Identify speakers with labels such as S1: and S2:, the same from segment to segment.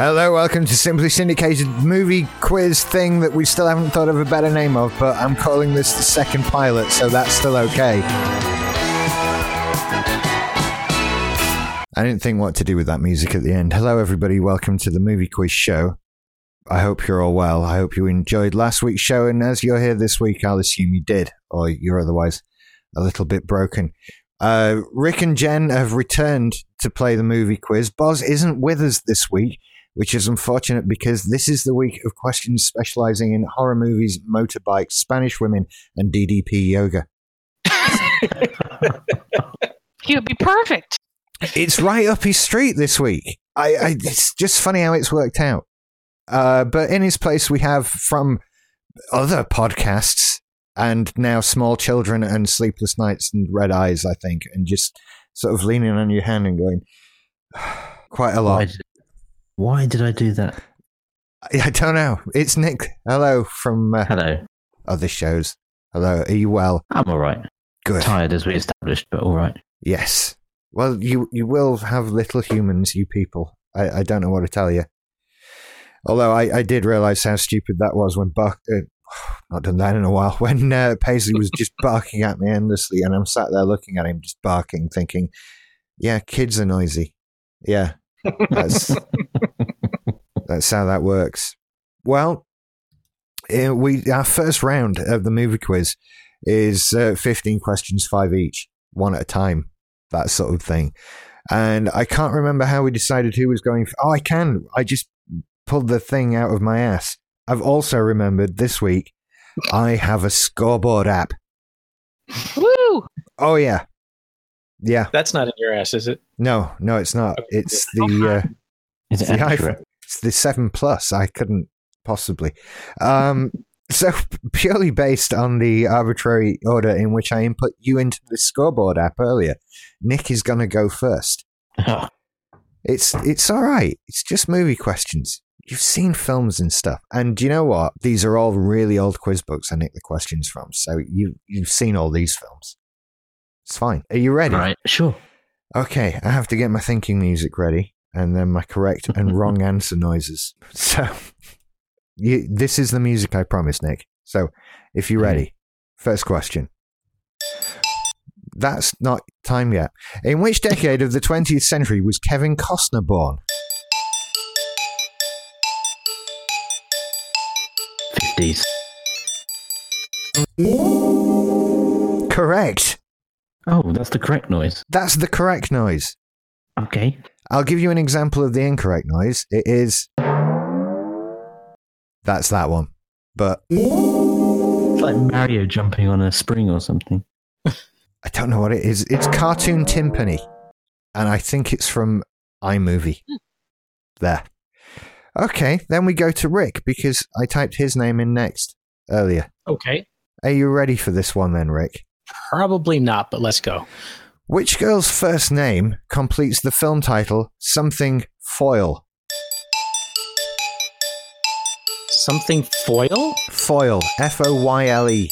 S1: Hello, welcome to Simply Syndicated Movie Quiz thing that we still haven't thought of a better name of, but I'm calling this the second pilot, so that's still okay. I didn't think what to do with that music at the end. Hello, everybody. Welcome to the Movie Quiz Show. I hope you're all well. I hope you enjoyed last week's show, and as you're here this week, I'll assume you did, or you're otherwise a little bit broken. Uh, Rick and Jen have returned to play the movie quiz. Boz isn't with us this week, which is unfortunate because this is the week of questions specializing in horror movies, motorbikes, Spanish women, and DDP yoga.
S2: You'd be perfect.
S1: It's right up his street this week. I, I it's just funny how it's worked out. Uh, but in his place, we have from other podcasts and now small children and sleepless nights and red eyes, I think, and just sort of leaning on your hand and going quite a
S3: Why
S1: lot.
S3: did, why did I do that?
S1: I, I don't know. It's Nick. Hello from uh,
S3: Hello.
S1: other shows. Hello. Are you well?
S3: I'm all right.
S1: Good.
S3: Tired as we established, but all right.
S1: Yes. Well, you you will have little humans, you people. I, I don't know what to tell you. Although I, I did realize how stupid that was when Buck, uh, not done that in a while, when uh, Paisley was just barking at me endlessly, and I'm sat there looking at him, just barking, thinking, yeah, kids are noisy. Yeah, that's, that's how that works. Well, eh, we our first round of the movie quiz is uh, 15 questions, five each one at a time, that sort of thing. And I can't remember how we decided who was going. oh, I can. I just pulled the thing out of my ass. I've also remembered this week I have a scoreboard app.
S2: Woo!
S1: Oh, yeah. Yeah.
S4: That's not in your ass, is it?
S1: No, no, it's not. It's the. Uh,
S3: Is it
S1: See, I've-
S3: accurate?
S1: It's the seven plus. I couldn't possibly. Um, so purely based on the arbitrary order in which I input you into the scoreboard app earlier, Nick is gonna go first.
S3: Oh.
S1: it's it's all right. It's just movie questions. You've seen films and stuff, and do you know what? These are all really old quiz books I nicked the questions from. So you you've seen all these films. It's fine. Are you ready?
S3: Right. Sure.
S1: Okay, I have to get my thinking music ready and then my correct and wrong answer noises. So, you, this is the music I promised, Nick. So, if you're ready, first question. That's not time yet. In which decade of the 20th century was Kevin Costner born?
S3: 50s.
S1: Correct.
S3: Oh, that's the correct noise.
S1: That's the correct noise.
S3: Okay.
S1: I'll give you an example of the incorrect noise. It is. That's that one. But
S3: It's like Mario jumping on a spring or something.
S1: I don't know what it is. It's cartoon timpani, and I think it's from iMovie. There. Okay, then we go to Rick because I typed his name in next earlier.
S4: Okay.
S1: Are you ready for this one then, Rick?
S4: Probably not, but let's go.
S1: Which girl's first name completes the film title Something Foil?
S4: Something foil?
S1: Foil. F O Y L E.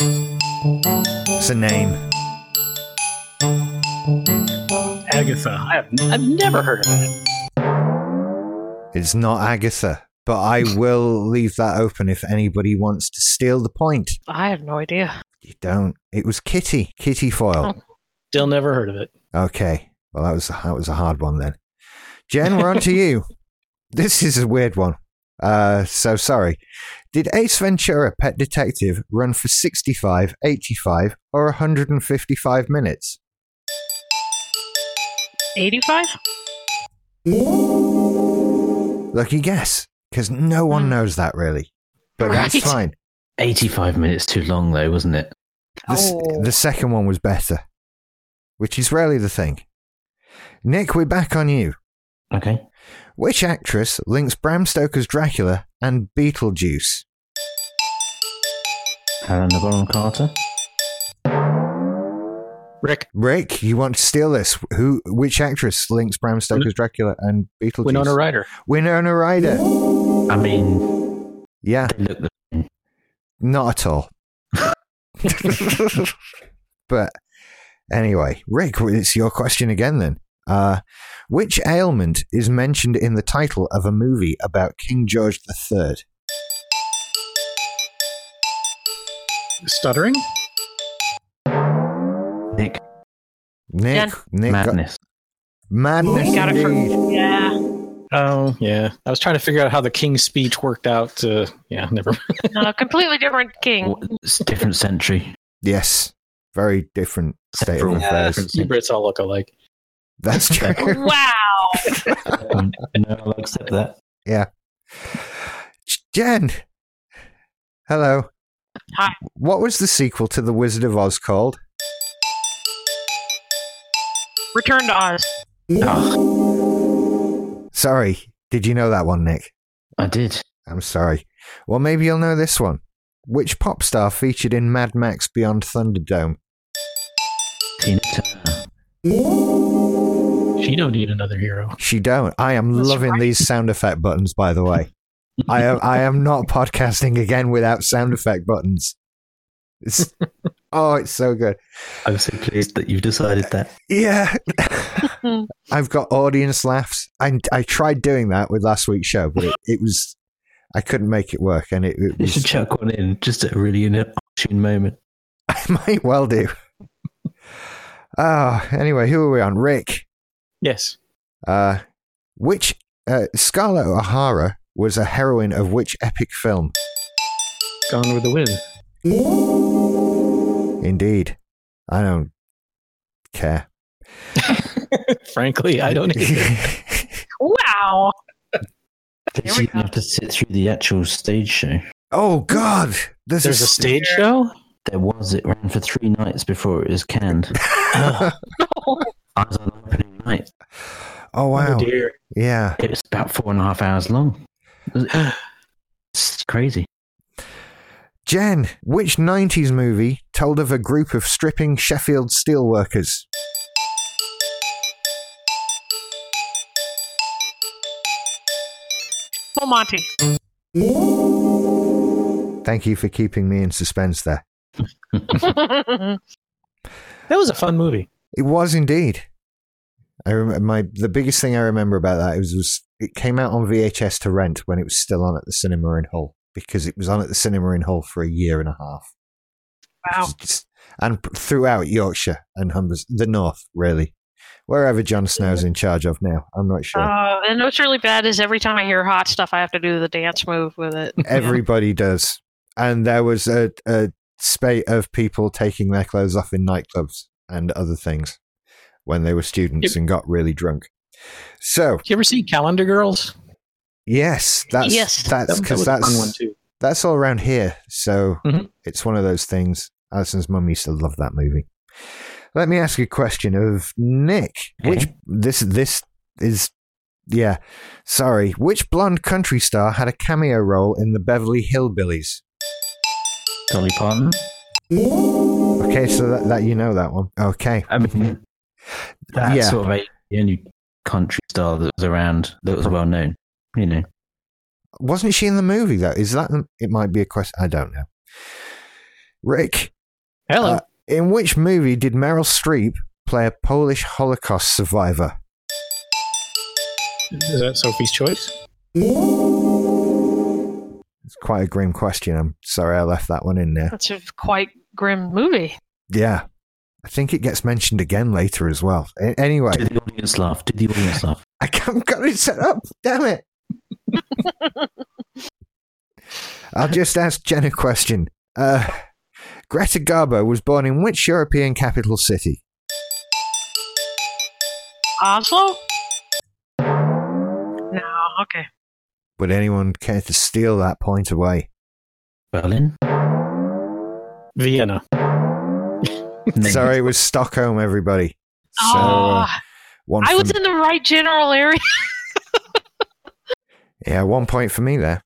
S1: It's a name.
S4: Agatha. I have, I've never heard of that.
S1: It's not Agatha, but I will leave that open if anybody wants to steal the point.
S2: I have no idea.
S1: You don't. It was Kitty. Kitty Foyle.
S4: Still never heard of it.
S1: Okay. Well, that was that was a hard one then. Jen, we're on to you. This is a weird one. Uh, so sorry. Did Ace Ventura Pet Detective run for 65, 85, or 155 minutes?
S2: 85?
S1: Lucky guess, because no one
S2: Hmm.
S1: knows that really. But that's
S2: Right.
S1: fine.
S3: 85 minutes too long, though, wasn't it?
S1: The, s-
S2: Oh.
S1: the second one was better, which is rarely the thing. Nick, we're back on you.
S3: Okay.
S1: Which actress links Bram Stoker's Dracula and Beetlejuice?
S3: Helena Bonham Carter.
S4: Rick,
S1: Rick, you want to steal this? Who? Which actress links Bram Stoker's Dracula and Beetlejuice?
S4: Winona Ryder.
S1: Winona Ryder.
S3: I mean,
S1: Yeah,
S3: they look the
S1: not at all. but anyway, Rick, it's your question again then. Uh, which ailment is mentioned in the title of a movie about King George III?
S4: Stuttering?
S3: Nick
S1: Nick,
S2: Dan.
S1: Nick got-
S3: Madness.
S1: madness.
S2: Got it from-
S1: indeed.
S2: Yeah,
S4: Oh, yeah. I was trying to figure out how the King's speech worked out. To, yeah, never mind.
S2: no, completely different king.
S3: W- it's a different century.
S1: Yes, very different state of
S3: Several.
S1: affairs.
S3: Different
S4: You
S3: century.
S4: Brits all look alike.
S1: That's true.
S2: wow.
S3: Um, no, I'll accept that.
S1: Jen, hello.
S2: Hi.
S1: What was the sequel to The Wizard of Oz called?
S2: Return to Oz.
S3: Oh,
S1: Sorry, did you know that one, Nick?
S3: I did.
S1: I'm sorry. Well, maybe you'll know this one. Which pop star featured in Mad Max Beyond Thunderdome?
S3: Tina Turner.
S4: She don't need another hero.
S1: She don't. I am
S2: That's
S1: loving these sound effect buttons, by the way. I am I am not podcasting again without sound effect buttons. It's, oh, it's so good.
S3: I'm so pleased that you've decided that.
S1: Yeah. I've got audience laughs. I, I tried doing that with last week's show, but it, it was I couldn't make it work, and it, it
S3: You should
S1: was
S3: chuck one in just at a really inopportune moment.
S1: I might well do. Oh, anyway, who are we on? Rick.
S4: Yes.
S1: Uh, which uh, Scarlett O'Hara was a heroine of which epic film?
S4: Gone with the wind.
S1: Indeed, I don't care.
S4: Frankly, I don't either.
S2: Wow.
S3: At least
S2: we
S3: you didn't
S2: go.
S3: have to sit through the actual stage show.
S1: oh God, there's,
S4: There's a
S1: s-
S4: stage show?
S3: There was. It ran for three nights before it was canned. I was on opening night.
S1: oh
S4: Oh,
S1: wow,
S4: dear.
S1: yeah.
S3: It was about four and a half hours long. It was- It's crazy.
S1: Jen, which '90s movie told of a group of stripping Sheffield steelworkers?
S2: Full Oh, Monty.
S1: Thank you for keeping me in suspense. There,
S4: That was a fun movie.
S1: it was indeed. I remember my the biggest thing I remember about that was, was it came out on VHS to rent when it was still on at the cinema in Hull because it was on at the cinema in Hull for a year and a half.
S2: wow.
S1: Just- and throughout Yorkshire and Humber's, the north, really, wherever Jon Snow's in charge of now. I'm not sure.
S2: Uh, and what's really bad is every time I hear hot stuff, I have to do the dance move with it.
S1: Everybody does, and there was a, a spate of people taking their clothes off in nightclubs and other things when they were students
S4: Yep.
S1: and got really drunk. So
S4: You ever see Calendar Girls?
S1: yes, that's
S2: Yes.
S1: that's
S4: That- that
S1: because
S4: was a fun one
S1: that's
S4: too.
S1: that's all around here. So
S4: Mhm.
S1: it's one of those things. Alison's mum used to love that movie. Let me ask you a question of Nick. Which this this is yeah. Sorry. Which blonde country star had a cameo role in the Beverly Hillbillies?
S3: Dolly Parton.
S1: Okay, so that, that you know that one. Okay.
S3: I mean, that's
S1: Yeah.
S3: sort of a, the only country star that was around that was well known. You know,
S1: Wasn't she in the movie though? Is that it might be a question I don't know. Rick,
S4: Hello.
S1: Uh, in which movie did Meryl Streep play a Polish Holocaust survivor?
S4: Is that Sophie's Choice?
S1: It's quite a grim question. I'm sorry I left that one in there.
S2: That's a quite grim movie.
S1: Yeah. I think it gets mentioned again later as well. A- anyway,
S3: did the audience laugh? Did the audience laugh?
S1: I can't got it set up. Damn it. I'll just ask Jen a question. Uh, Greta Garbo was born in which European capital city?
S2: Oslo? No, okay.
S1: Would anyone care to steal that point away?
S3: Berlin.
S4: Vienna.
S3: No.
S1: Sorry, it was Stockholm, everybody. So, uh,
S2: Ah,
S1: one
S2: I
S1: for
S2: was in the right general area.
S1: Yeah, one point for me there.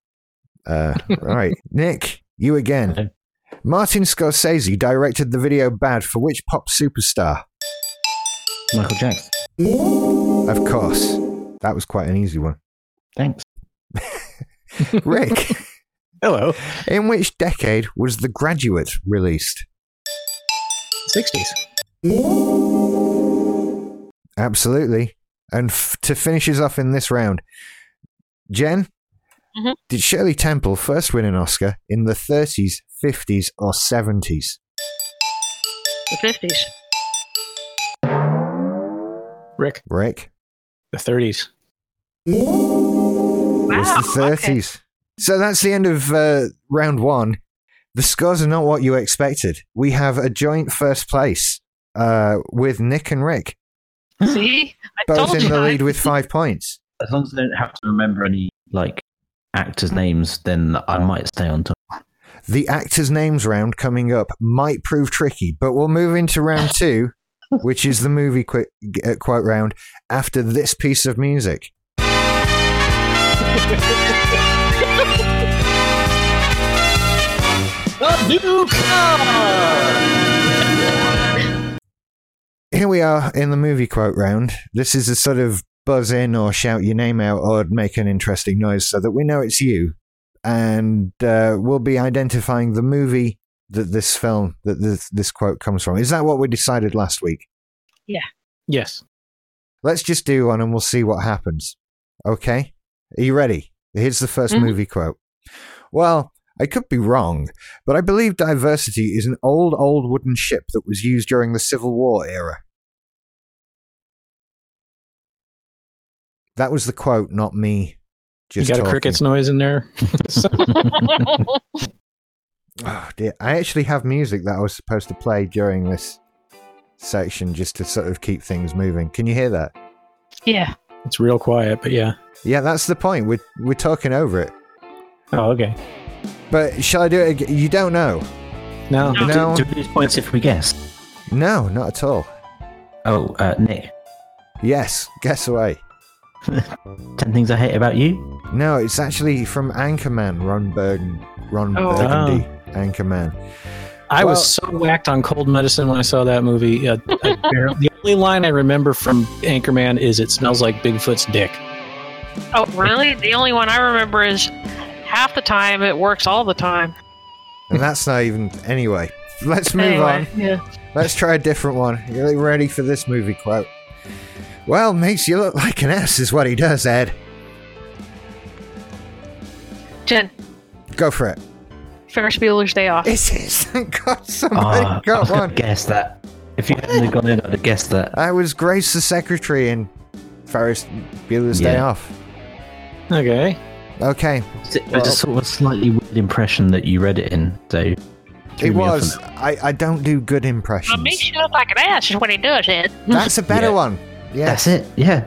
S1: Uh, right, Nick, you again.
S3: Okay.
S1: Martin Scorsese directed the video "Bad" for which pop superstar?
S3: Michael Jackson.
S1: Of course, that was quite an easy one.
S3: Thanks.
S1: Rick,
S4: Hello.
S1: in which decade was The Graduate released?
S4: 60s.
S1: Absolutely. And f- to finish us off in this round, Jen,
S2: Mhm.
S1: did Shirley Temple first win an Oscar in the 30s, 50s, or 70s?
S2: The fifties.
S4: Rick,
S1: Rick,
S4: the 30s.
S1: it was the 30s. So that's the end of uh, round one. The scores are not what you expected. We have a joint first place uh, with Nick and Rick,
S2: See, I
S1: both
S2: told
S1: in
S2: you.
S1: the
S2: I-
S1: lead with five points.
S3: As long as I don't have to remember any like actors' names, then I might stay on top.
S1: The actors' names round coming up might prove tricky, but we'll move into round two, which is the movie qu- uh, quote round after this piece of music. Here we are in the movie quote round. This is a sort of buzz in or shout your name out or make an interesting noise so that we know it's you. And uh, we'll be identifying the movie that this film, that this, this quote comes from. Is that what we decided last week?
S4: Yes.
S1: Let's just do one and we'll see what happens. Okay? Are you ready? Here's the 1st
S2: Mhm.
S4: Mm-hmm.
S1: movie quote. Well, I could be wrong, but I believe diversity is an old, old wooden ship that was used during the Civil War era. That was the quote, not me. Just
S4: you got
S1: talking.
S4: a crickets noise in there? So-
S1: Oh dear! I actually have music that I was supposed to play during this section, just to sort of keep things moving. Can you hear that?
S2: yeah.
S4: it's real quiet, but yeah.
S1: Yeah, that's the point. We're we're talking over it.
S4: Oh, okay.
S1: But shall I do it again? You don't know.
S4: No.
S2: No.
S1: No.
S3: Do we lose points if we guess?
S1: No, not at all.
S3: Oh, uh, Nick,
S1: Yes, guess away.
S3: ten things I hate about you.
S1: No, it's actually from Anchorman, Ron Burden, Ron
S2: Oh.
S1: Burgundy, Anchorman.
S4: I
S1: Well-
S4: was so whacked on cold medicine when I saw that movie. Uh, I barely- the only line I remember from Anchorman is "It smells like Bigfoot's dick."
S2: Oh, really? The only one I remember is half the time it works all the time.
S1: And that's not even anyway. Let's move on.
S2: anyway, yeah.
S1: Let's try a different one. You ready for this movie quote? Well, makes you look like an ass is what he does, Ed.
S2: Jen,
S1: Go for it.
S2: Ferris Bueller's Day Off.
S1: It's his. Thank God somebody
S2: Uh,
S3: Ah, I
S1: got
S3: was going
S1: one.
S3: to guess that. If you hadn't have gone in, I'd have guessed that.
S1: I was Grace the secretary in Ferris Bueller's Day
S3: Yeah.
S1: Off.
S4: Okay.
S1: Okay,
S3: It was a sort of slightly weird impression that you read it in, so it threw
S1: it
S3: me off a
S1: was.
S3: bit.
S1: I, I don't do good
S2: Well, makes
S1: impressions.
S2: you look like an ass is what he does, Ed.
S1: That's a better
S3: Hmm. Yeah.
S1: one. Yes.
S3: That's it. Yeah.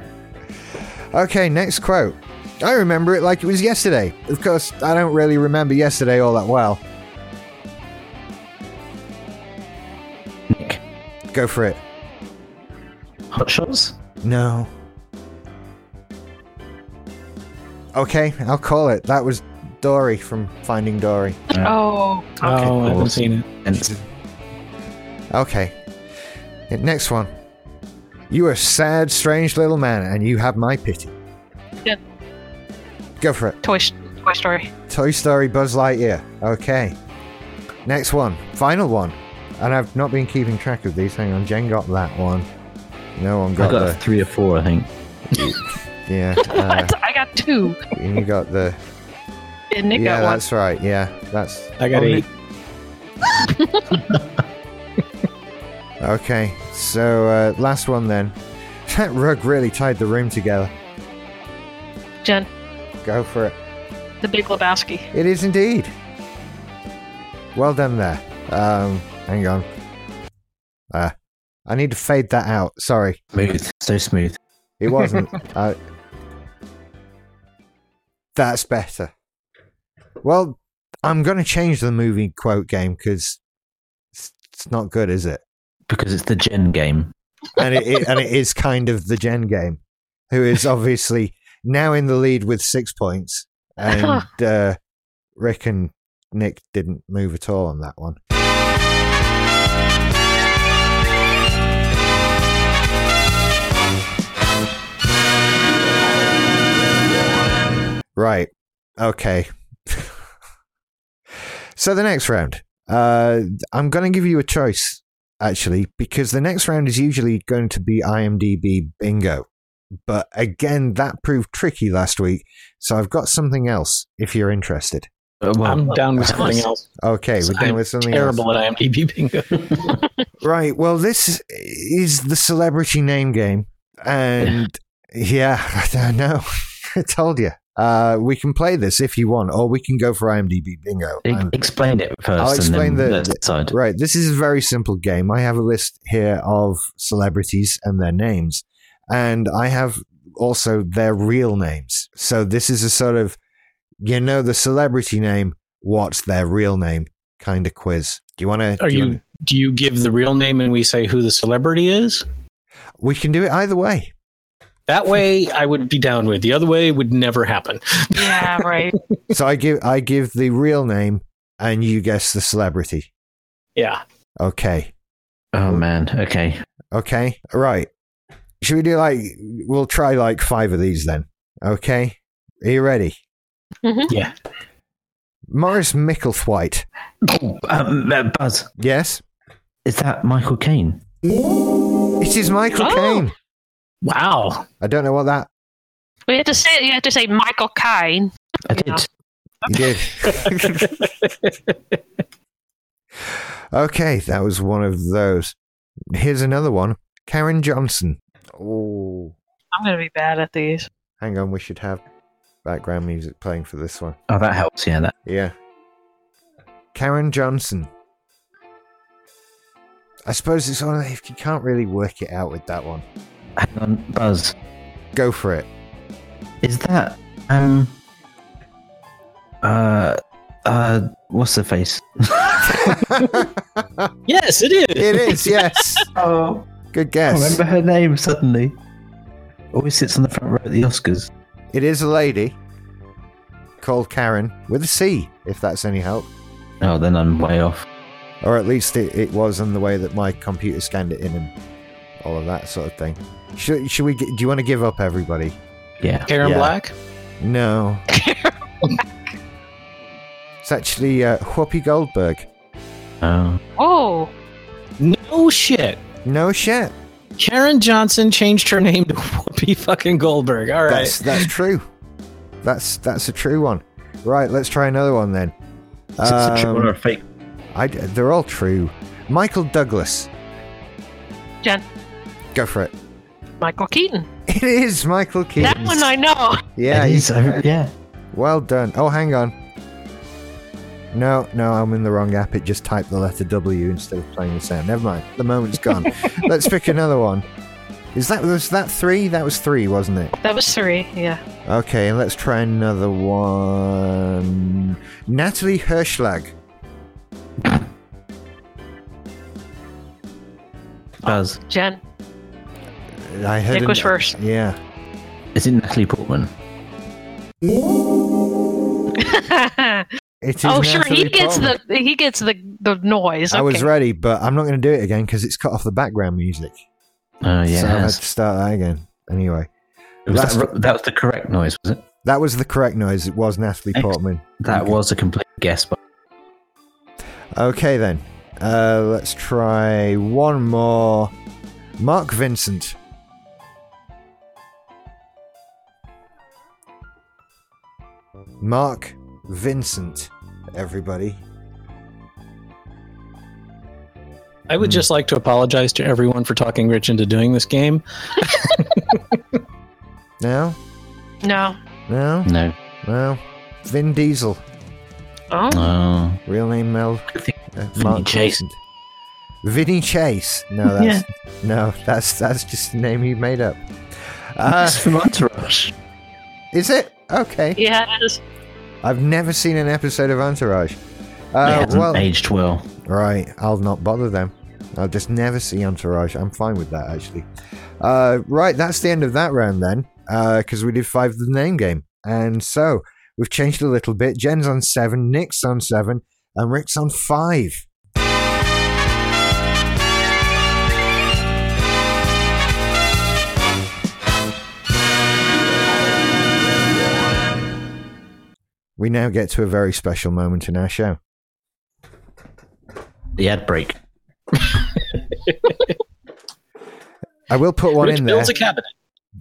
S1: Okay, next quote. I remember it like it was yesterday. Of course, I don't really remember yesterday all that well.
S3: Nick,
S1: Go for it.
S3: hot shots.
S1: No. Okay, I'll call it. That was Dory from Finding Dory.
S2: Oh,
S1: Uh,
S2: okay.
S4: Oh, I haven't
S3: cool.
S4: seen it.
S3: Uh, And
S1: Okay. Uh, Next one. You were a sad, strange little man, and you had my pity.
S2: Yeah.
S1: Go for it.
S2: Toy, S- Toy Story.
S1: Toy Story Buzz Lightyear. Okay. Next one. Final one. And I've not been keeping track of these. Hang on. Jen got that one. No one
S3: I
S1: got,
S3: got three or four, I think.
S1: the. Yeah.
S2: I
S1: Uh,
S2: I got two,
S1: and you got the.
S2: and Nick
S1: yeah,
S2: got one.
S1: that's right. Yeah. That's.
S4: I got
S1: Oh,
S4: eight.
S1: Okay. So, uh, last one then. That rug really tied the room together.
S2: Jen,
S1: Go for it.
S2: The Big Lebowski.
S1: It is indeed. Well done there. Um, hang on. Uh, I need to fade that out. Sorry,
S3: Smooth. So smooth.
S1: it wasn't. uh, that's better. Well, I'm going to change the movie quote game because it's, it's not good, is it?
S3: Because it's the Gen game.
S1: And it, it and it is kind of the Gen game, who is obviously now in the lead with six points, and uh, Rick and Nick didn't move at all on that one. Right. Okay. so the next round. Uh, I'm going to give you a choice actually, because the next round is usually going to be IMDb bingo. But again, that proved tricky last week, so I've got something else if you're interested.
S3: Uh, well,
S4: I'm down with
S3: Nice.
S4: something else.
S1: Okay, we're done
S4: I'm
S1: with something else.
S4: Terrible at IMDb bingo.
S1: Right. Well, this is the celebrity name game, and yeah, I don't know. I told you. Uh, we can play this if you want, or we can go for IMDb bingo.
S3: e-
S1: And-
S3: explain it 1st
S1: I'll explain
S3: and
S1: the-
S3: then let's decide.
S1: Right. This is a very simple game. I have a list here of celebrities and their names, and I have also their real names. So this is a sort of, you know, the celebrity name, what's their real name kind of quiz. Do you want to?
S4: Are you? Do you give the real name and we say who the celebrity is?
S1: we can do it either way.
S4: That way, I would be down with. The other way would never happen.
S2: Yeah, right.
S1: so I give I give the real name, and you guess the celebrity.
S4: Yeah.
S1: Okay.
S3: Oh man, okay.
S1: Okay. All right. Should we do like we'll try like five of these then? Okay. Are you ready?
S4: Yeah.
S1: Morris Micklethwaite.
S3: Um, uh, Buzz,
S1: Yes.
S3: is that Michael Caine?
S1: It is Michael
S2: Oh.
S1: Caine.
S4: Wow.
S1: I don't know what that
S2: We had to say you had to say Michael Caine.
S3: I did.
S2: Yeah.
S1: you did. okay, that was one of those. Here's another one. Karen Johnson. Oh.
S2: I'm gonna be bad at these.
S1: Hang on, we should have background music playing for this one.
S3: Oh, that helps. Yeah, that.
S1: Yeah. Karen Johnson. I suppose it's one of the- if you can't really work it out with that one.
S3: Hang on, Buzz,
S1: Go for it.
S3: is that um, uh, uh, what's the face?
S4: Yes, it is.
S1: it is, yes.
S3: Oh,
S1: Good
S3: I
S1: guess.
S3: remember her name suddenly. Always sits on the front row at the Oscars.
S1: It is a lady called Karen with a C, if that's any help.
S3: Oh, then I'm way off.
S1: Or at least it, it was in the way that my computer scanned it in and all of that sort of thing. Should, should we? g- Do you want to give up, everybody?
S3: Yeah.
S4: Karen
S1: Yeah.
S4: Black.
S1: No. it's actually uh, Whoopi Goldberg.
S3: Oh.
S2: Oh,
S4: No shit.
S1: No shit.
S4: Karen Johnson changed her name to Whoopi fucking Goldberg. All right.
S1: That's that's true. That's that's a true one. Right, let's try another one then.
S3: Is it a true
S1: Um,
S3: or a fake?
S1: I, they're all true. Michael Douglas.
S2: Jen.
S1: Go for it.
S2: Michael Keaton.
S1: It is Michael Keaton.
S2: That one I know.
S1: yeah,
S3: It
S1: you-
S3: is, I- yeah.
S1: well done. Oh, hang on. No, no, I'm in the wrong app. It just typed the letter W instead of playing the sound. Never mind. The moment's gone. let's pick another one. Is that was that three? That was three, wasn't it?
S2: That was three. Yeah.
S1: Okay, and let's try another one. Natalie Hirschlag.
S3: Buzz,
S2: Jen.
S1: I heard
S2: Nick was
S1: an-
S2: first.
S1: Yeah.
S3: is it Natalie Portman?
S1: It is
S2: oh, sure. He
S1: Natalie
S2: gets
S1: Portman.
S2: the he gets the the noise.
S1: I was
S2: Okay.
S1: ready, but I'm not going to do it again because it's cut off the background music.
S3: Oh,
S1: so I had
S3: yeah.
S1: to start that again. Anyway,
S3: was
S1: that's-
S3: that, that was the correct noise, was it?
S1: that was the correct noise. It was Natalie
S3: Excellent.
S1: Portman.
S3: That
S1: Okay.
S3: was a complete guess, but
S1: Okay, then. Uh, let's try one more. Mark Vincent. Mark Vincent, everybody.
S4: I
S1: Hmm.
S4: would just like to apologize to everyone for talking Rich into doing this game.
S1: No?
S2: No.
S1: No?
S3: no.
S1: No? Vin Diesel.
S2: Oh.
S1: Uh,
S3: Oh.
S1: Real name Mel.
S3: I think
S1: Uh,
S3: Vinny Chase.
S1: Vincent. Vinny Chase. No, that's no, that's that's just a name you made up. Uh,
S3: It's from Entourage.
S1: is it okay?
S2: Yeah. it is.
S1: I've never seen an episode of Entourage.
S3: it
S1: Uh,
S3: hasn't
S1: well,
S3: aged well.
S1: right, I'll not bother them. I'll just never see Entourage. I'm fine with that actually. Uh, right, that's the end of that round then, because we did five of the name game, and so we've changed a little bit. Jen's on seven, Nick's on seven, and Rick's on five. We now get to a very special moment in our show.
S3: The ad break.
S1: I will put one
S4: Rich
S1: in there.
S4: builds a cabinet.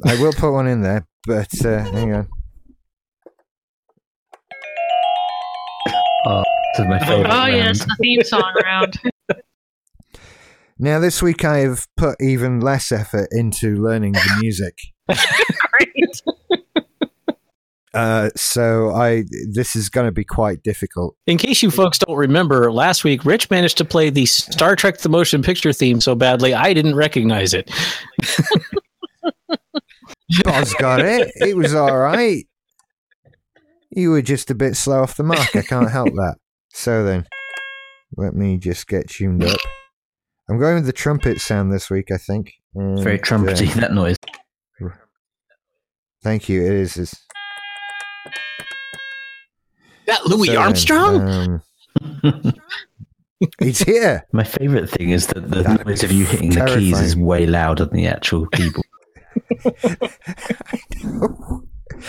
S1: I will put one in there, but uh, hang on.
S3: This is my favorite.
S2: Oh,
S3: round.
S2: yes, the theme song round.
S1: Now this week I have put even less effort into learning the music.
S2: Great.
S1: Uh, so I this is going to be quite difficult.
S4: In case you folks don't remember, last week Rich managed to play the Star Trek the Motion Picture theme so badly I didn't recognize it.
S1: Boz got it. It was all right. You were just a bit slow off the mark. I can't help that. So then, let me just get tuned up. I'm going with the trumpet sound this week. I think.
S3: It's Very
S1: And, uh,
S3: trumpety that noise.
S1: thank you. It is. It's,
S4: That Louis
S1: so then,
S4: Armstrong?
S1: um, it's here.
S3: my favorite thing is that the
S1: That'd
S3: noise
S1: be
S3: of you hitting the keys is
S1: terrifying.
S3: way louder than the actual keyboard.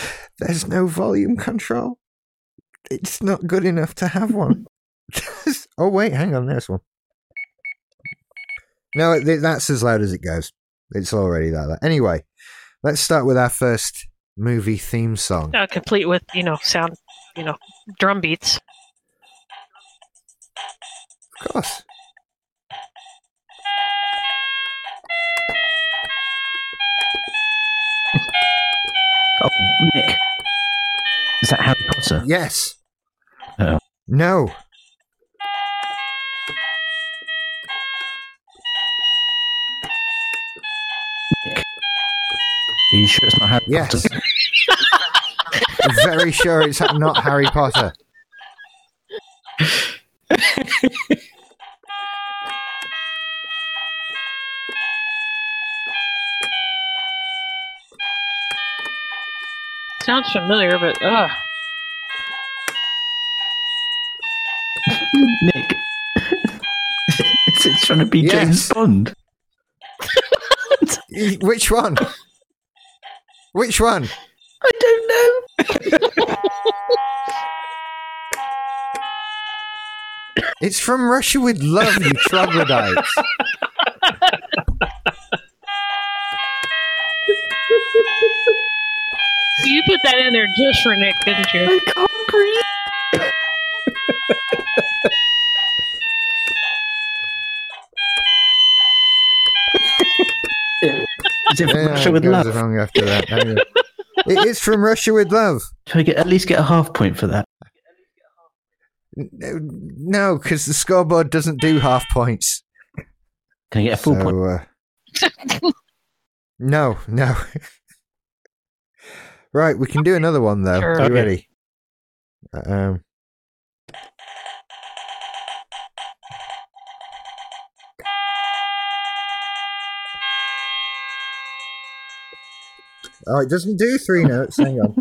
S1: There's no volume control. It's not good enough to have one. oh wait, hang on, there's one. No, th- that's as loud as it goes. It's already that. loud. Anyway, let's start with our first movie theme song.
S2: Uh, complete with, you know, sound, you know, drum beats.
S1: Of course.
S3: oh, Nick. Is that Harry Potter?
S1: Yes.
S3: Oh.
S1: No.
S3: Are you sure it's not Harry
S1: Yes.
S3: Potter?
S1: I'm very sure it's not Harry Potter.
S2: Sounds familiar, but uh,
S3: Nick. Is it trying to be
S1: Yes.
S3: James Bond?
S1: Y- E, Which one? Which one?
S3: I don't know.
S1: It's from Russia with Love, you troglodytes.
S2: you put that in there just for Nick, didn't you?
S3: I can't breathe. Is it from
S1: Yeah,
S3: Russia
S1: it
S3: with
S1: goes
S3: love?
S1: along after that. Hang on. it is from Russia with love.
S3: Do I get at least get a half point for that?
S1: N- No, because the scoreboard doesn't do half points.
S3: Can I get a full point?
S1: uh, no, no. right, we can do another one though.
S2: Sure.
S1: Are
S4: Okay.
S1: you ready? Um. Oh, it doesn't do three notes. Hang on.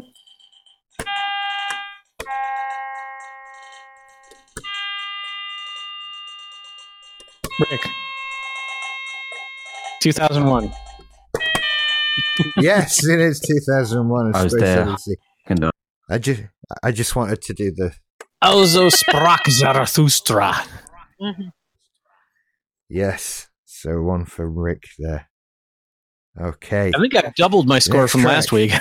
S4: Rick. 2001.
S1: yes, it is 2001. A
S3: I was
S1: Space
S3: there.
S1: Odyssey.
S3: Can do it.
S1: I just, I just wanted to do the
S4: Also sprach Zarathustra.
S2: Mhm.
S1: yes. So one for Rick there. Okay,
S4: I think I've doubled my score
S1: Next
S4: from
S1: track.
S4: last week.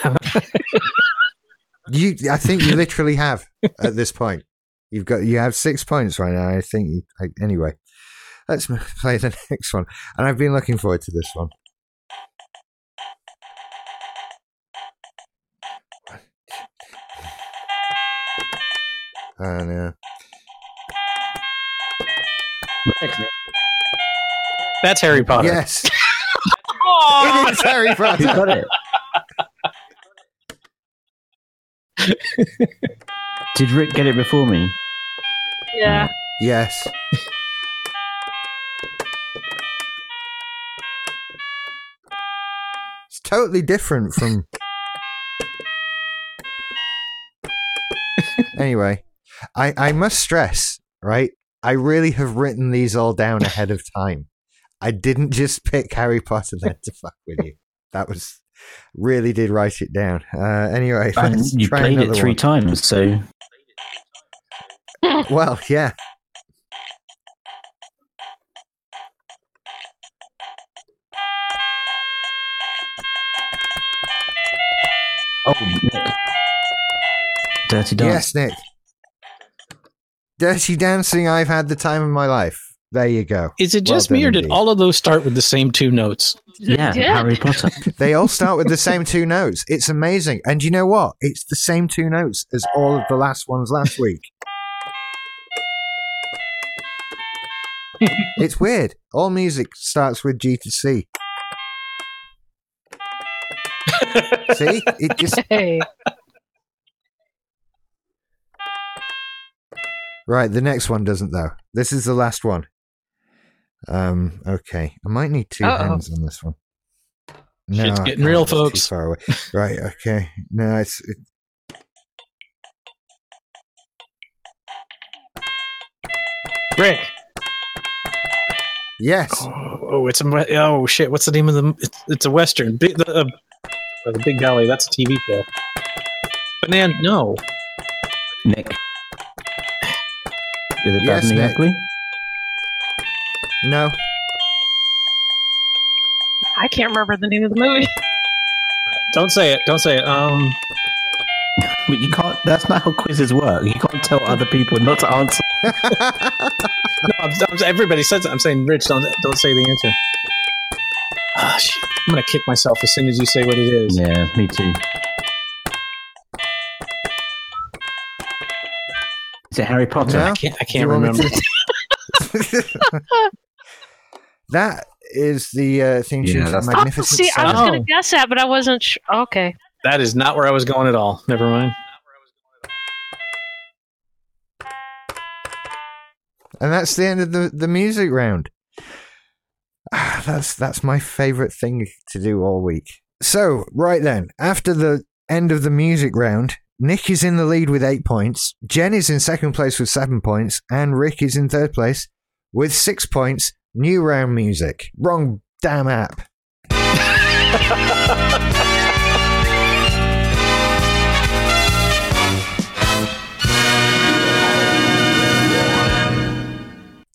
S1: you. I think you literally have at this point. You've got you have six points right now. I think. You, I, anyway, let's m- play the next one. And I've been looking forward to this one. Oh no!
S4: That's Harry Potter.
S1: Yes,
S2: Aw.
S1: it is Harry
S3: Who
S1: Potter.
S3: got it? Did Rick get it before me?
S2: Yeah.
S1: Yes. It's totally different from. anyway, I, I must stress, right? I really have written these all down ahead of time. I didn't just pick Harry Potter then to fuck with you. That was really did write it down. Uh, anyway,
S3: And
S1: let's
S3: you
S1: try
S3: played it
S1: another
S3: three
S1: one.
S3: times, so
S1: Well, yeah.
S3: Oh, Nick. Dirty Dance.
S1: Yes, Nick. Dirty Dancing, I've had the time of my life. There you go.
S4: Is it
S1: Well
S4: just me,
S1: done
S4: or did
S1: indeed.
S4: all of those start with the same two notes?
S3: Yeah,
S2: Did.
S3: Harry Potter.
S1: They all start with the same two notes. It's amazing. And you know what? It's the same two notes as all of the last ones last week. it's weird. All music starts with G to C. See? It just
S2: Hey.
S1: Right, the next one doesn't though. This is the last one. Um, okay. I might need 2
S2: Uh-oh.
S1: hands on this one.
S4: Shit's
S1: I
S4: getting
S1: can't.
S4: real,
S1: It's too
S4: folks.
S1: far away. Right, okay. No, it's it-
S4: Rick.
S1: yes.
S4: Oh, oh, it's a we- oh shit. What's the name of the? It's, it's a western. Big, the, uh, oh, the Big Valley. That's a TV show. Banana. No.
S3: Nick. Is it
S1: Yes,
S3: bad and the
S1: Nick.
S3: ugly?
S1: No.
S2: I can't remember the name of the movie.
S4: Don't say it. Don't say it. Um.
S3: But you can't. That's not how quizzes work. You can't tell other people not to answer.
S4: No. I'm, I'm, everybody says it. I'm saying, Rich. Don't don't say the answer. Ah shit. I'm gonna kick myself as soon as you say what it is.
S3: Yeah, me too. Is it Harry Potter?
S1: No?
S4: I can't. I
S1: Do you
S4: can't
S1: want me
S4: remember.
S1: to- that is the uh, theme tune
S3: Yeah,
S1: from
S3: that's-
S2: Oh,
S1: Magnificent
S2: see, I
S4: Ah,
S2: was
S1: Seven.
S2: going to guess that, but I wasn't sure. Okay.
S4: That is not where I was going at all. Never mind.
S1: And that's the end of the, the music round. Ah, That's that's my favorite thing to do all week. So, right then, after the end of the music round, Nick is in the lead with eight points, Jen is in second place with seven points, and Rick is in third place with six points. New round music. Wrong damn app.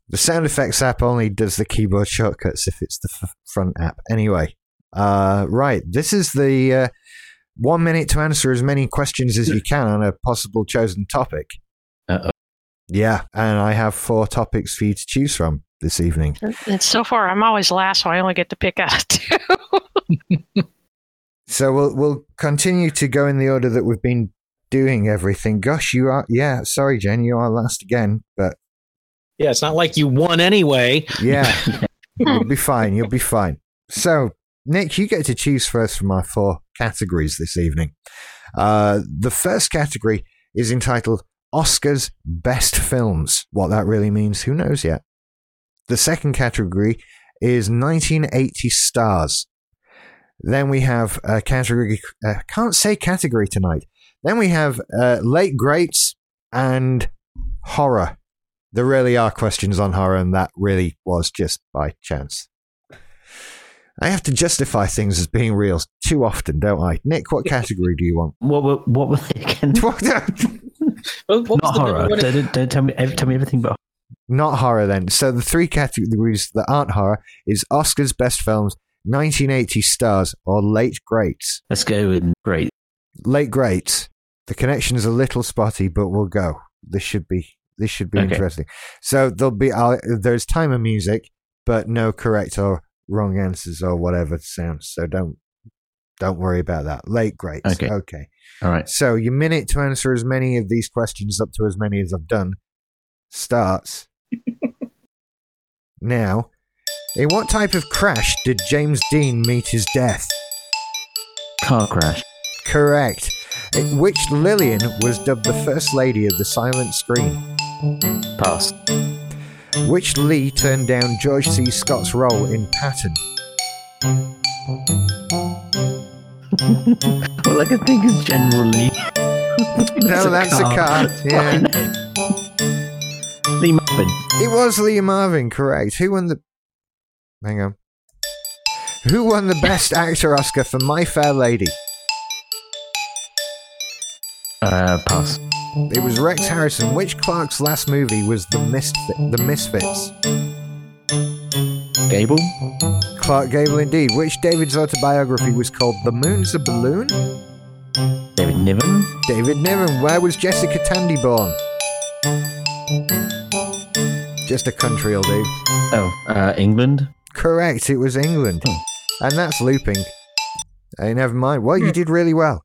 S1: The sound effects app only does the keyboard shortcuts if it's the f- front app. Anyway, uh, right. This is the uh, one minute to answer as many questions as you can on a possible chosen topic.
S3: Uh-oh.
S1: Yeah, and I have four topics for you to choose from this evening.
S2: And so far, I'm always last, so I only get to pick out of two.
S1: So we'll we'll continue to go in the order that we've been doing everything. Gosh, you are yeah. Sorry, Jen, you are last again, but
S4: Yeah, it's not like you won anyway.
S1: yeah, you'll be fine. You'll be fine. So, Nick, you get to choose first from our four categories this evening. Uh, the first category is entitled Oscars Best Films. What that really means, who knows yet? The second category is 1980 Stars. Then we have a category, uh, can't say category tonight. Then we have uh, Late Greats and Horror. There really are questions on horror, and that really was just by chance. I have to justify things as being real too often, don't I? Nick, what category do you want?
S3: What were what were they again?
S4: What, what
S3: Not
S4: was the
S3: horror.
S4: one-
S3: Don't, don't tell me. Tell me everything but
S1: Not horror, then. So the three categories that aren't horror is Oscars best films, 1980 stars, or late greats.
S3: Let's go with great.
S1: Late greats. The connection is a little spotty, but we'll go. This should be this should be
S3: Okay.
S1: interesting. So there'll be uh, there's time and music, but no correct or wrong answers or whatever it sounds. So don't don't worry about that. Late greats.
S3: Okay.
S1: okay.
S3: All right.
S1: So your minute to answer as many of these questions up to as many as I've done starts now. In what type of crash did James Dean meet his death?
S3: Car crash.
S1: Correct. In which Lillian was dubbed the First Lady of the Silent Screen?
S3: Pass.
S1: Which Lee turned down George C. Scott's role in Patton?
S3: All I can think is generally.
S1: No, that's a car. Yeah.
S3: Lee Marvin.
S1: It was Lee Marvin, correct. Who won the. Hang on. Who won the Best Actor Oscar for My Fair Lady?
S3: Uh, pass.
S1: It was Rex Harrison. Which Clark's last movie was The, Misfit- the Misfits?
S3: Gable.
S1: Clark Gable, indeed. Which David's autobiography was called The Moon's a Balloon?
S3: David Niven.
S1: David Niven, where was Jessica Tandy born? Just a country, old dude.
S3: Oh, uh, England.
S1: Correct, it was England. And that's looping. Hey, never mind. Well, you did really well.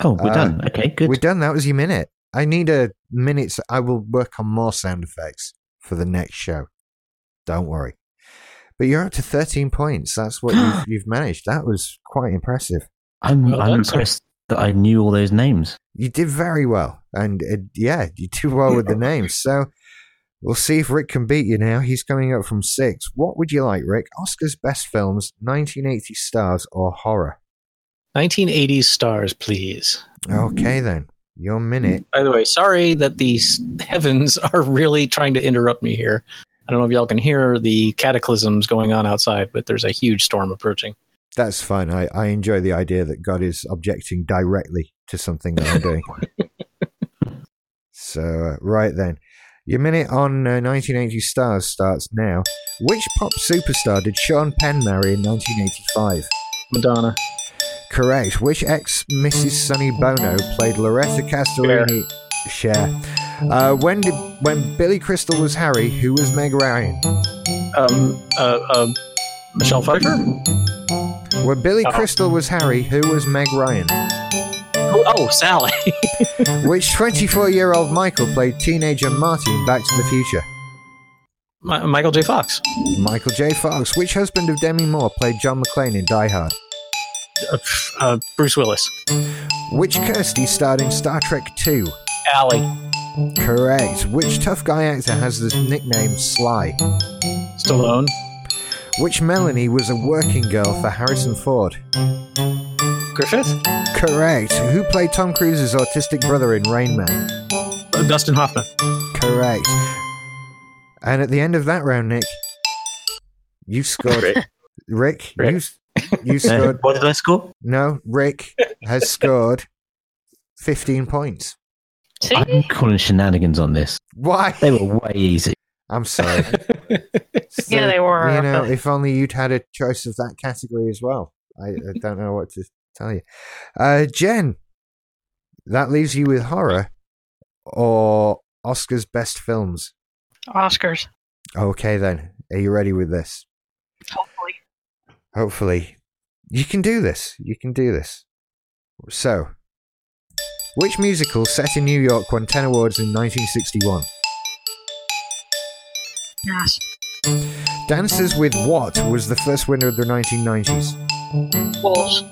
S3: Oh, we're
S1: Uh,
S3: done. Okay, good.
S1: We're done. That was your minute. I need a minute. So I will work on more sound effects for the next show. Don't worry. But you're up to 13 points. That's what you've, you've managed. That was quite impressive.
S3: I'm,
S4: Well
S3: I'm
S4: done, sir.
S3: impressed that I knew all those names.
S1: You did very well. And uh, yeah, you did well with the names. So we'll see if Rick can beat you now. He's coming up from six. What would you like, Rick? Oscar's best films, 1980 stars, or horror?
S4: 1980s stars, please.
S1: Okay, then. Your minute.
S4: By the way, sorry that these heavens are really trying to interrupt me here. I don't know if y'all can hear the cataclysms going on outside, but there's a huge storm approaching.
S1: That's fine. I, I enjoy the idea that God is objecting directly to something that I'm doing. so, uh, right then. Your minute on uh, 1980 Stars starts now. Which pop superstar did Sean Penn marry in 1985?
S4: Madonna.
S1: Correct. Which ex Mrs. Sonny Bono played Loretta Castellini? Share. Uh, when did when Billy Crystal was Harry, who was Meg Ryan?
S4: Um, uh, uh, Michelle Pfeiffer?
S1: When Billy
S4: Oh.
S1: Crystal was Harry, who was Meg Ryan?
S4: Oh, oh, Sally.
S1: Which 24 year old Michael played teenager Marty in Back to the Future?
S4: Mi- Michael J. Fox.
S1: Michael J. Fox. Which husband of Demi Moore played John McClane in Die Hard?
S4: Uh, pff, uh, Bruce Willis.
S1: Which Kirsty starred in Star Trek II?
S4: Allie.
S1: Correct. Which tough guy actor has the nickname Sly?
S4: Stallone.
S1: Which Melanie was a working girl for Harrison Ford?
S4: Griffith.
S1: Correct. Who played Tom Cruise's autistic brother in Rain Man?
S4: Uh, Dustin Hoffman.
S1: Correct. And at the end of that round, Nick, you scored.
S3: Rick.
S1: Rick, you
S4: Rick.
S1: s- you
S3: Uh,
S1: scored.
S3: what did I score?
S1: No, Rick has scored 15 points.
S2: See?
S3: I'm calling shenanigans on this.
S1: Why?
S3: They were way easy.
S1: I'm sorry. So,
S2: yeah, they were.
S1: You know,
S2: but-
S1: if only you'd had a choice of that category as well. I, I don't know what to tell you. Uh, Jen, that leaves you with horror or Oscar's best films.
S2: Oscars.
S1: Okay, then. Are you ready with this?
S2: Hopefully.
S1: Hopefully. You can do this. You can do this. So, which musical set in New York won 10 awards in 1961?
S2: Yes.
S1: Dances with What was the first winner of the 1990s?
S2: Wolves.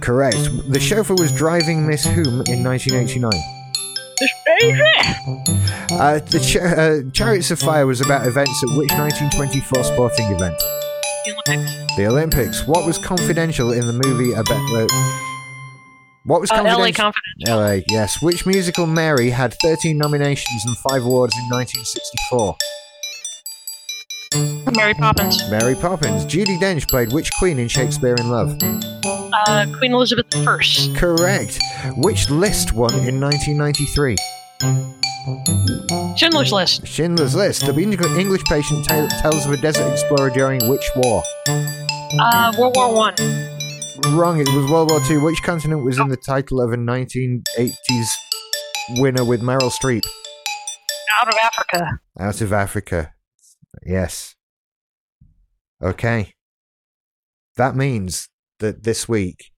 S1: Correct. The chauffeur was driving Miss Whom in 1989.
S2: This baby.
S1: Uh, the cha- uh, Chariots of Fire was about events at which 1924 sporting event?
S2: The Olympics.
S1: The Olympics. What was confidential in the movie about. Uh, what was
S2: Uh, LA
S1: confidential?
S2: Confidence.
S1: LA, yes. Which musical Mary had 13 nominations and 5 awards in 1964?
S2: Mary Poppins.
S1: Mary Poppins. Judy Dench played which queen in Shakespeare in Love?
S2: Uh, Queen Elizabeth I.
S1: Correct. Which list won in 1993?
S2: Schindler's List.
S1: Schindler's List. The Eng- English patient ta- tells of a desert explorer during which war?
S2: Uh, World War One.
S1: Wrong, it was World War II. Which continent was in the title of a 1980s winner with Meryl Streep?
S2: Out of Africa.
S1: Out of Africa. Yes. Okay. That means that this week,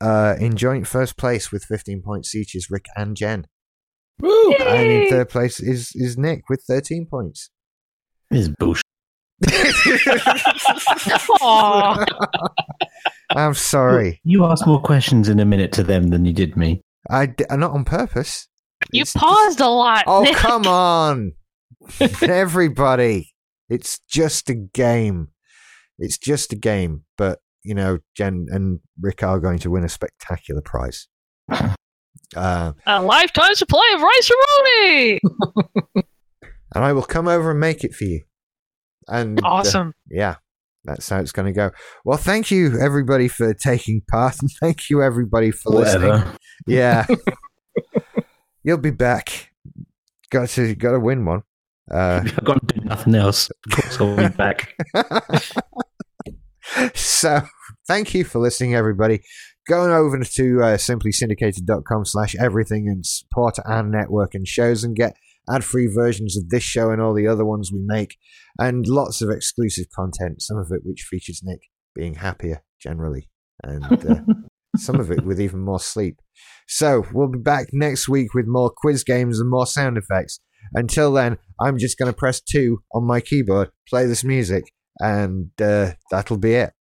S1: uh, in joint first place with 15 points each is Rick and Jen.
S4: Woo!
S1: And in
S2: Yay!
S1: third place is, is Nick with 13 points.
S3: This is bullshit.
S2: Aw.
S1: I'm sorry.
S3: You asked more questions in a minute to them than you did me.
S1: I d- not on purpose.
S2: You
S1: It's-
S2: paused a lot.
S1: Oh, come on. Everybody. It's just a game. It's just a game. But, you know, Jen and Rick are going to win a spectacular prize. Uh,
S2: A lifetime supply of rice aroni.
S1: and I will come over and make it for you. And uh,
S2: Awesome.
S1: yeah, that's how it's going to go. Well, thank you, everybody, for taking part. And thank you, everybody, for listening.
S3: Whatever.
S1: Yeah. You'll be back. Got to got to win one. Uh,
S3: I've got to do nothing else. Of course, I'll be back.
S1: so thank you for listening, everybody. going over to uh, simplysyndicated.com slash everything and support our network and shows and get ad-free versions of this show and all the other ones we make and lots of exclusive content, some of it which features Nick being happier generally and uh, some of it with even more sleep. So we'll be back next week with more quiz games and more sound effects. Until then, I'm just going to press 2 on my keyboard, play this music, and uh, that'll be it.